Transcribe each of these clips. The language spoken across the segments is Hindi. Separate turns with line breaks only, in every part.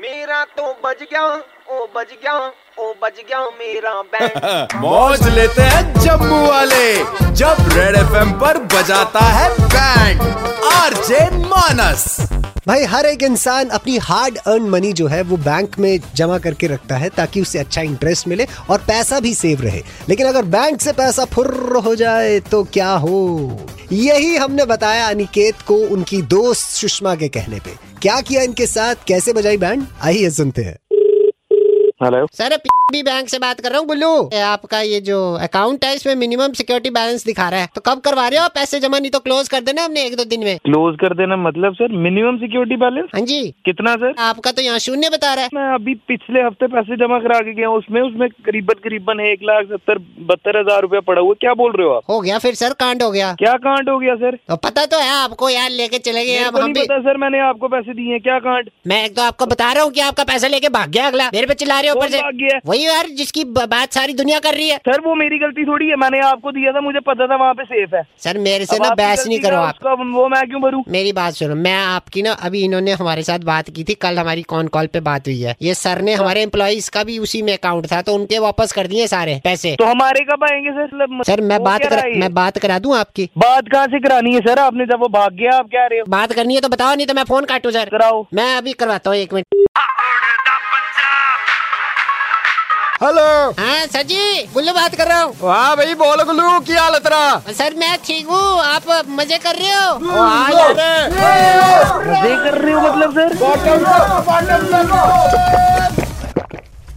मेरा तो बज गया ओ बज गया ओ बज गया मेरा बैंड
मौज लेते हैं जम्मू वाले जब रेड एफएम पर बजाता है बैंड आरजे मानस
भाई हर एक इंसान अपनी हार्ड अर्न मनी जो है वो बैंक में जमा करके रखता है ताकि उसे अच्छा इंटरेस्ट मिले और पैसा भी सेव रहे लेकिन अगर बैंक से पैसा फुर्र हो जाए तो क्या हो यही हमने बताया अनिकेत को उनकी दोस्त सुषमा के कहने पे क्या किया इनके साथ कैसे बजाई बैंड आइए सुनते हैं
हेलो
सर पी बैंक से बात कर रहा हूँ बुल्लू ये आपका ये जो अकाउंट है इसमें मिनिमम सिक्योरिटी बैलेंस दिखा रहा है तो कब करवा रहे हो पैसे जमा नहीं तो क्लोज कर देना हमने एक दो दिन में
क्लोज कर देना मतलब सर मिनिमम सिक्योरिटी बैलेंस
हाँ जी
कितना सर
आपका तो यहाँ शून्य बता रहा है
मैं अभी पिछले हफ्ते पैसे जमा करा के गया हूँ उसमें उसमें करीबन करीबन एक लाख सत्तर बहत्तर हजार रुपया पड़ा हुआ है। क्या बोल रहे हो आप
हो गया फिर सर कांड हो गया
क्या कांड हो गया सर
तो पता तो है आपको यार लेके चले गए
मेरे
आप
को
हम
नहीं
भी
पता सर मैंने आपको पैसे दिए हैं क्या कांड
मैं एक तो आपको बता रहा हूँ कि आपका पैसा लेके भाग गया अगला मेरे पे चिल्ला रहे हो ऊपर
कौन भाग गया?
से वही यार जिसकी ब- बात सारी दुनिया कर रही है
सर वो मेरी गलती थोड़ी है मैंने आपको दिया था मुझे पता था वहाँ पे सेफ है
सर मेरे से
अब
ना
आपकी
बहस
गलती
नहीं करो
का
आप
उसका वो मैं क्यों भरूँ
मेरी बात सुनो मैं आपकी ना अभी इन्होंने हमारे साथ बात की थी कल हमारी कॉन कॉल पे बात हुई है ये सर ने हमारे एम्प्लॉज का भी उसी में अकाउंट था तो उनके वापस कर दिए सारे पैसे
तो हमारे कब आएंगे सर मतलब
सर मैं
वो
बात
क्या
कर
रहा है?
मैं बात करा दूं आपकी
बात कहाँ से करानी है सर आपने जब वो भाग गया आप क्या रहे हो
बात करनी है तो बताओ नहीं तो मैं फोन काटू सर
कराओ
मैं अभी करवाता हूँ एक मिनट
हेलो
हाँ सर जी गुल्लू बात कर रहा हूँ
वाह भाई बोल गुल्लू क्या हाल है तेरा
सर मैं ठीक हूँ आप मजे कर रहे
हम्म,
हो
हाँ यार
मजे कर रहे हो मतलब सर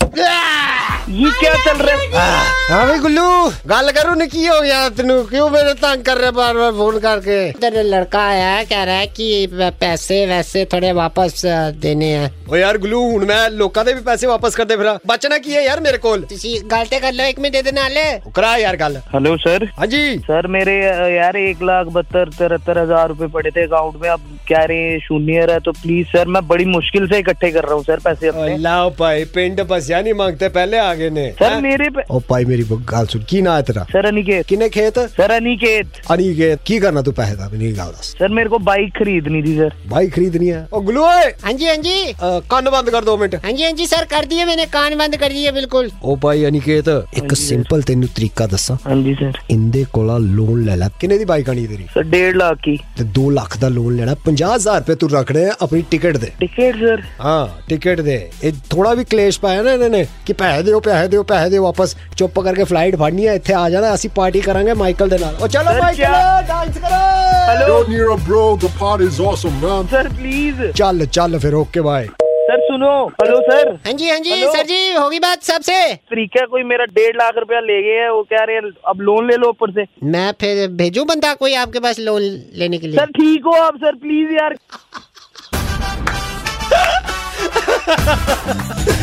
ये क्या चल रहा है
हाँ भाई गुल्लू गल करू ने की हो गया तेनू क्यों मेरे तंग कर रहे बार बार फोन करके
उधर लड़का आया है कह रहा है कि पैसे वैसे थोड़े वापस अ, देने हैं
ओ यार गुल्लू हूं मैं लोकां दे भी पैसे वापस करदे फिरा बचना की है यार मेरे कोल
ਤੁਸੀਂ ਗੱਲ ਤੇ ਕਰ ਲਓ ਇੱਕ ਮਿੰਟ ਦੇ ਨਾਲ
ओ, करा यार गल
हेलो सर
हाँ जी
सर मेरे अ, यार एक लाख बहत्तर तिहत्तर हजार रुपए पड़े थे अकाउंट में अब कह रहे हैं शून्य है तो प्लीज सर मैं बड़ी मुश्किल से इकट्ठे कर रहा हूँ सर पैसे अपने
अल्लाह भाई पिंड बसिया नहीं मांगते पहले आगे ने
सर मेरे पे-
ओ भाई मेरी गल सुन की ना है तेरा
सर अनिकेत
किने खेत
सर अनिकेत
अनिकेत की करना तू पैसे दा मेरी गल दस
सर मेरे को बाइक खरीदनी थी सर
भाई खरीदनी है ओ गुल्लू ओए
ਹਾਂਜੀ ਹਾਂਜੀ
अ, कन्न बंद कर दो मिनट
ਹਾਂਜੀ ਹਾਂਜੀ ਸਰ ਕਰ ਦਈਏ ਮੈਨੇ ਕਾਨ ਬੰਦ ਕਰ ਦਈਏ ਬਿਲਕੁਲ
ओ भाई अनिकेत एक सिंपल तेनू तरीका दस्सां
हाँ जी सर
इंदे कोला लोन ले लै किन्ने दी बाइक आनी तेरी
सर डेढ़ लाख की
ते 2 लाख दा लोन लेना 50000 रुपए तू रखने हैं अपनी टिकट दे
टिकट सर
हां टिकट दे ए थोड़ा भी क्लेश पाया ना इन्होंने कि पैसे दियो पैसे दियो पैसे दियो वापस चुप करके फ्लाइट फड़नी है इथे आ जाना ਅਸੀਂ ਪਾਰਟੀ ਕਰਾਂਗੇ ਮਾਈਕਲ ਦੇ ਨਾਲ ਉਹ ਚਲੋ
सर
ਮਾਈਕਲ
क्या
ਡਾਂਸ ਕਰੋ
hello
Yo, Nero, bro, the party's awesome, man.
Sir please
ਚੱਲ ਚੱਲ ਫਿਰ ਓਕੇ ਬਾਏ
सर सुनो हेलो सर
ਹਾਂਜੀ ਹਾਂਜੀ
Hello?
ਸਰ ਜੀ ਹੋ ਗਈ ਬਾਤ ਸਭ से
तरीका कोई मेरा डेढ़ लाख रुपया ले गए है वो कह रहे हैं अब लोन ले लो ऊपर से
ਮੈਂ ਫਿਰ ਭੇਜੂ ਬੰਦਾ ਕੋਈ ਆਪਕੇ ਪਾਸ ਲੋਨ ਲੈਣੇ ਕੇ
सर
ਲਈ
ठीक हो आप सर प्लीज यार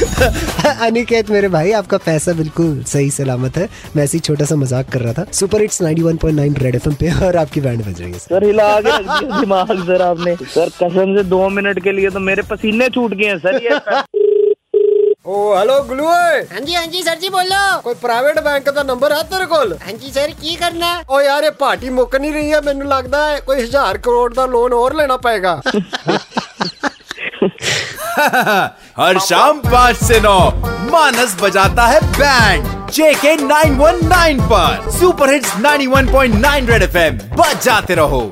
अनिकेत मेरे भाई आपका पैसा बिल्कुल सही सलामत है मैं ऐसे ही छोटा सा मजाक कर रहा था सुपर हिट्स 91.9 रेड एफएम पे और आपकी बैंड बज रही है
सर हिला के रख दिया दिमाग सर आपने सर कसम से दो मिनट के लिए तो मेरे पसीने छूट गए हैं सर ये
ਓ ਹੈਲੋ ਗਲੂ ਓਏ
ਹਾਂਜੀ ਹਾਂਜੀ ਸਰ ਜੀ ਬੋਲੋ
ਕੋਈ ਪ੍ਰਾਈਵੇਟ ਬੈਂਕ ਦਾ ਨੰਬਰ ਹੈ ਤੇਰੇ ਕੋਲ
ਹਾਂਜੀ ਸਰ ਕੀ ਕਰਨਾ
ਓ ਯਾਰ ਇਹ ਪਾਰਟੀ ਮੁੱਕ ਨਹੀਂ ਰਹੀ ਹੈ ਮੈਨੂੰ ਲੱਗਦਾ ਹੈ ਕੋਈ 1000 ਕਰੋੜ ਦਾ ਲੋਨ ਹੋਰ ਲੈਣਾ ਪਏਗਾ
हर शाम पाँच से नौ मानस बजाता है बैंड जेके 919 पर सुपर हिट्स 91.9 रेड एफएम बजाते रहो